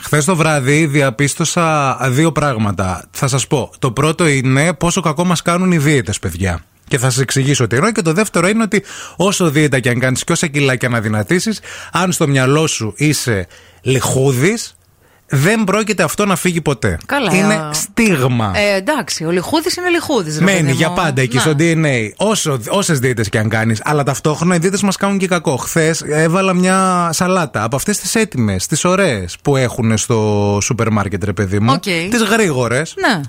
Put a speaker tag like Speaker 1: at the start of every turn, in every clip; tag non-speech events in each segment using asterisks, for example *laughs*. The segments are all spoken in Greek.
Speaker 1: Χθες το βράδυ διαπίστωσα δύο πράγματα. Θα σας πω. Το πρώτο είναι πόσο κακό μας κάνουν οι δίαιτες, παιδιά. Και θα σας εξηγήσω τι εννοώ. Και το δεύτερο είναι ότι όσο δίαιτα και αν κάνεις και όσα κιλά και αν αδυνατήσει, αν στο μυαλό σου είσαι λιχούδης, δεν πρόκειται αυτό να φύγει ποτέ.
Speaker 2: Καλά.
Speaker 1: Είναι στίγμα.
Speaker 2: Ε, εντάξει, ο λιχούδης είναι λιχούδης.
Speaker 1: Μένει για πάντα εκεί στο DNA. Όσο, όσες δίαιτες και αν κάνεις Αλλά ταυτόχρονα οι δίαιτες μας κάνουν και κακό Χθες έβαλα μια σαλάτα Από αυτές τις έτοιμες, τις ωραίες Που έχουν στο σούπερ μάρκετ ρε παιδί μου
Speaker 2: Οκ.
Speaker 1: Τις γρήγορες
Speaker 2: Ναι.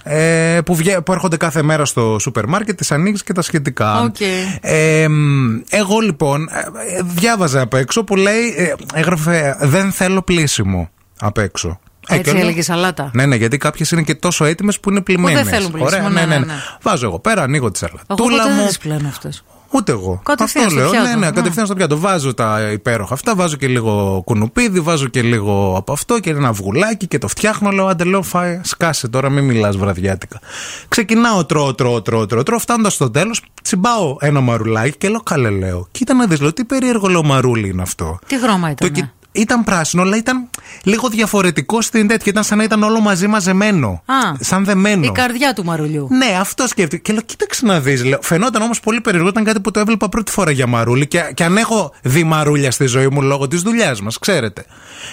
Speaker 1: ε, που, βγα- που έρχονται κάθε μέρα στο σούπερ μάρκετ Τις ανοίγεις και τα σχετικά
Speaker 2: Οκ.
Speaker 1: ε, μ, εγώ λοιπόν ε, ε, διάβαζα απ' έξω που λέει ε, Έγραφε δεν θέλω πλήσιμο απ' έξω Ε,
Speaker 2: Έτσι
Speaker 1: και λέω,
Speaker 2: έλεγε η σαλάτα.
Speaker 1: ναι, ναι, γιατί κάποιες είναι και τόσο έτοιμες που είναι πλημμένες.
Speaker 2: θέλουν πλήσιμο, ναι, ναι, ναι.
Speaker 1: Βάζω εγώ πέρα, ανοίγω τη
Speaker 2: Εγώ
Speaker 1: σαλατούλα
Speaker 2: ποτέ δεν
Speaker 1: μου.
Speaker 2: τις πλένω αυτές.
Speaker 1: Ούτε εγώ.
Speaker 2: Κατευθείαν
Speaker 1: Αυτό
Speaker 2: στο
Speaker 1: λέω.
Speaker 2: πιάτο,
Speaker 1: Ναι, ναι,
Speaker 2: ναι.
Speaker 1: κατευθείαν στο πιάτο. Βάζω τα υπέροχα αυτά, βάζω και λίγο κουνουπίδι, βάζω και λίγο από αυτό και ένα αυγουλάκι και το φτιάχνω. Λέω, άντε, λέω, φάε, σκάσε τώρα, μην μιλάς βραδιάτικα. Ξεκινάω, τρώω, τρώω, τρώω, τρώω, τρώω. Φτάνοντας στο τέλος, τσιμπάω ένα μαρουλάκι και λέω, καλέ, λέω. Κοίτα να δεις, λέω, τι περίεργο λέω μαρούλι είναι αυτό.
Speaker 2: Τι ναι. χρώμα
Speaker 1: Το
Speaker 2: ήταν.
Speaker 1: κοι- Ήταν πράσινο, αλλά ήταν λίγο διαφορετικό στην τέτοια. Ήταν σαν να ήταν όλο μαζί μαζεμένο.
Speaker 2: Α.
Speaker 1: σαν δεμένο.
Speaker 2: Η καρδιά του μαρουλιού.
Speaker 1: Ναι, αυτό σκέφτηκα. Και λέω, κοίταξε να δεις. Φαινόταν όμως πολύ περίεργο. Ήταν κάτι που το έβλεπα πρώτη φορά για μαρούλι. Και, και αν έχω δει μαρούλια στη ζωή μου λόγω της δουλειάς μας, ξέρετε.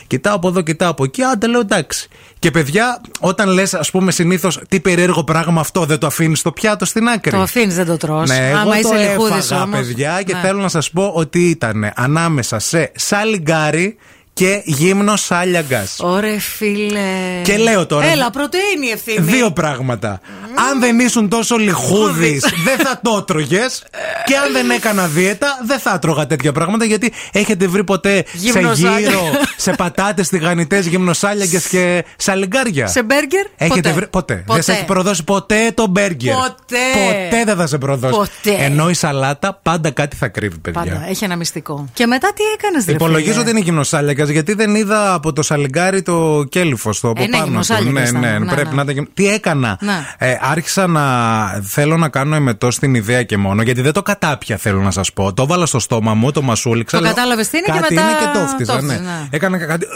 Speaker 1: Κοιτάω από εδώ, κοιτάω από εκεί. Άντε, λέω εντάξει. Και παιδιά, όταν λες, ας πούμε, συνήθως τι περίεργο πράγμα αυτό, δεν το αφήνεις στο πιάτο στην άκρη.
Speaker 2: Το αφήνεις, δεν το τρώ.
Speaker 1: Ναι, εγώ
Speaker 2: Άμα
Speaker 1: το
Speaker 2: είσαι Ναι. λιχούδης
Speaker 1: έφαγα,
Speaker 2: όμως.
Speaker 1: παιδιά, και θέλω να σας πω ότι ήταν ανάμεσα σε σαλιγκάρι και γύμνος σάλιαγκας.
Speaker 2: Ωρε φίλε.
Speaker 1: Και λέω τώρα-
Speaker 2: Έλα, πρωτενη ευθύνη.
Speaker 1: Δύο πράγματα. Αν δεν ήσουν τόσο λιχούδης, δεν θα το έτρωγες. και αν δεν έκανα δίαιτα, δεν θα έτρωγα τέτοια πράγματα. Γιατί έχετε βρει ποτέ σε
Speaker 2: Γυμνοσάλια.
Speaker 1: γύρο, σε πατάτες, τηγανιτές, γυμνοσάλιαγκε και σαλιγκάρια.
Speaker 2: Σε μπέργκερ.
Speaker 1: Έχετε
Speaker 2: ποτέ.
Speaker 1: βρει ποτέ. Δεν σε έχει προδώσει ποτέ το μπέργκερ.
Speaker 2: Ποτέ.
Speaker 1: Ποτέ δεν θα σε προδώσει.
Speaker 2: Ποτέ.
Speaker 1: Ενώ η σαλάτα πάντα κάτι θα κρύβει, παιδιά.
Speaker 2: Πάντα. Έχει ένα μυστικό. Και μετά τι έκανες, δεν
Speaker 1: Υπολογίζω ότι είναι γυμνοσάλιακας γιατί δεν είδα από το σαλιγκάρι το κέλυφο στο από
Speaker 2: ναι,
Speaker 1: πάνω του.
Speaker 2: γυμνοσάλιακας
Speaker 1: Ναι,
Speaker 2: ήταν.
Speaker 1: ναι,
Speaker 2: Ναι,
Speaker 1: πρέπει
Speaker 2: ναι.
Speaker 1: να ήταν. γυμ- Τι έκανα.
Speaker 2: Ναι.
Speaker 1: Ε, άρχισα να θέλω να κάνω εμετό στην ιδέα και μόνο γιατί δεν το κατάπια θέλω να σας πω. Το βάλα στο στόμα μου, το μασούληξα.
Speaker 2: Το
Speaker 1: λέω,
Speaker 2: κατάλαβες τι είναι και
Speaker 1: κάτι
Speaker 2: μετά
Speaker 1: είναι και το χτίζα,
Speaker 2: το
Speaker 1: ναι.
Speaker 2: χτίζα, ναι.
Speaker 1: Έκανα και κάτι.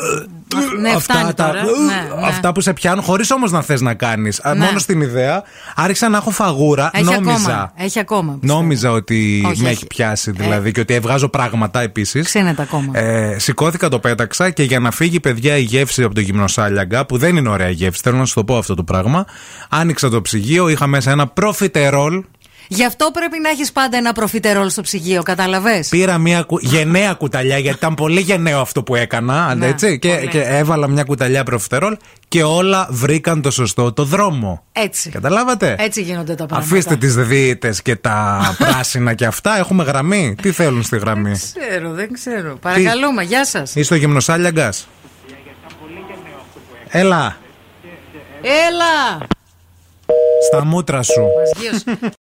Speaker 2: ναι,
Speaker 1: αυτά,
Speaker 2: φτάνει
Speaker 1: τα,
Speaker 2: τώρα. Ναι, ναι.
Speaker 1: αυτά που σε πιάνουν χωρίς όμως να θες να κάνεις.
Speaker 2: Ναι.
Speaker 1: Μόνο στην ιδέα άρχισα να έχω φαγούρα.
Speaker 2: Έχει
Speaker 1: νόμιζα.
Speaker 2: ακόμα. Έχει ακόμα. πιστεύω.
Speaker 1: Νόμιζα ότι
Speaker 2: Όχι,
Speaker 1: με
Speaker 2: έχει. Ε.
Speaker 1: έχει πιάσει δηλαδή και ότι εβγάζω πράγματα επίσης.
Speaker 2: Ξύνεται ακόμα.
Speaker 1: Ε, σηκώθηκα, το πέταξα και για να φύγει, παιδιά, η γεύση από το γυμνοσάλιαγκα, που δεν είναι ωραία γεύση, θέλω να σου το πω αυτό το πράγμα. Άνοιξα το ψυγείο, είχα μέσα ένα προφιτερόλ.
Speaker 2: Γι' αυτό πρέπει να έχεις πάντα ένα προφιτερόλ στο ψυγείο, κατάλαβες.
Speaker 1: Πήρα μια κου... γενναία κουταλιά, γιατί ήταν πολύ γενναίο αυτό που έκανα. αν
Speaker 2: Ναι,
Speaker 1: έτσι, και,
Speaker 2: πολύ.
Speaker 1: και έβαλα μια κουταλιά προφιτερόλ και όλα βρήκαν το σωστό το δρόμο.
Speaker 2: Έτσι.
Speaker 1: Καταλάβατε.
Speaker 2: Έτσι γίνονται τα πράγματα.
Speaker 1: Αφήστε τις δίαιτε και
Speaker 2: *laughs*
Speaker 1: τα πράσινα και αυτά. Έχουμε γραμμή. Τι θέλουν στη γραμμή.
Speaker 2: ξέρω, δεν ξέρω. Παρακαλούμε, γεια σας.
Speaker 1: Είσαι στο γυμνοσάλιαγκας. Έλα,
Speaker 2: Έλα!
Speaker 1: στα μούτρα σου.
Speaker 2: Μας γύρω.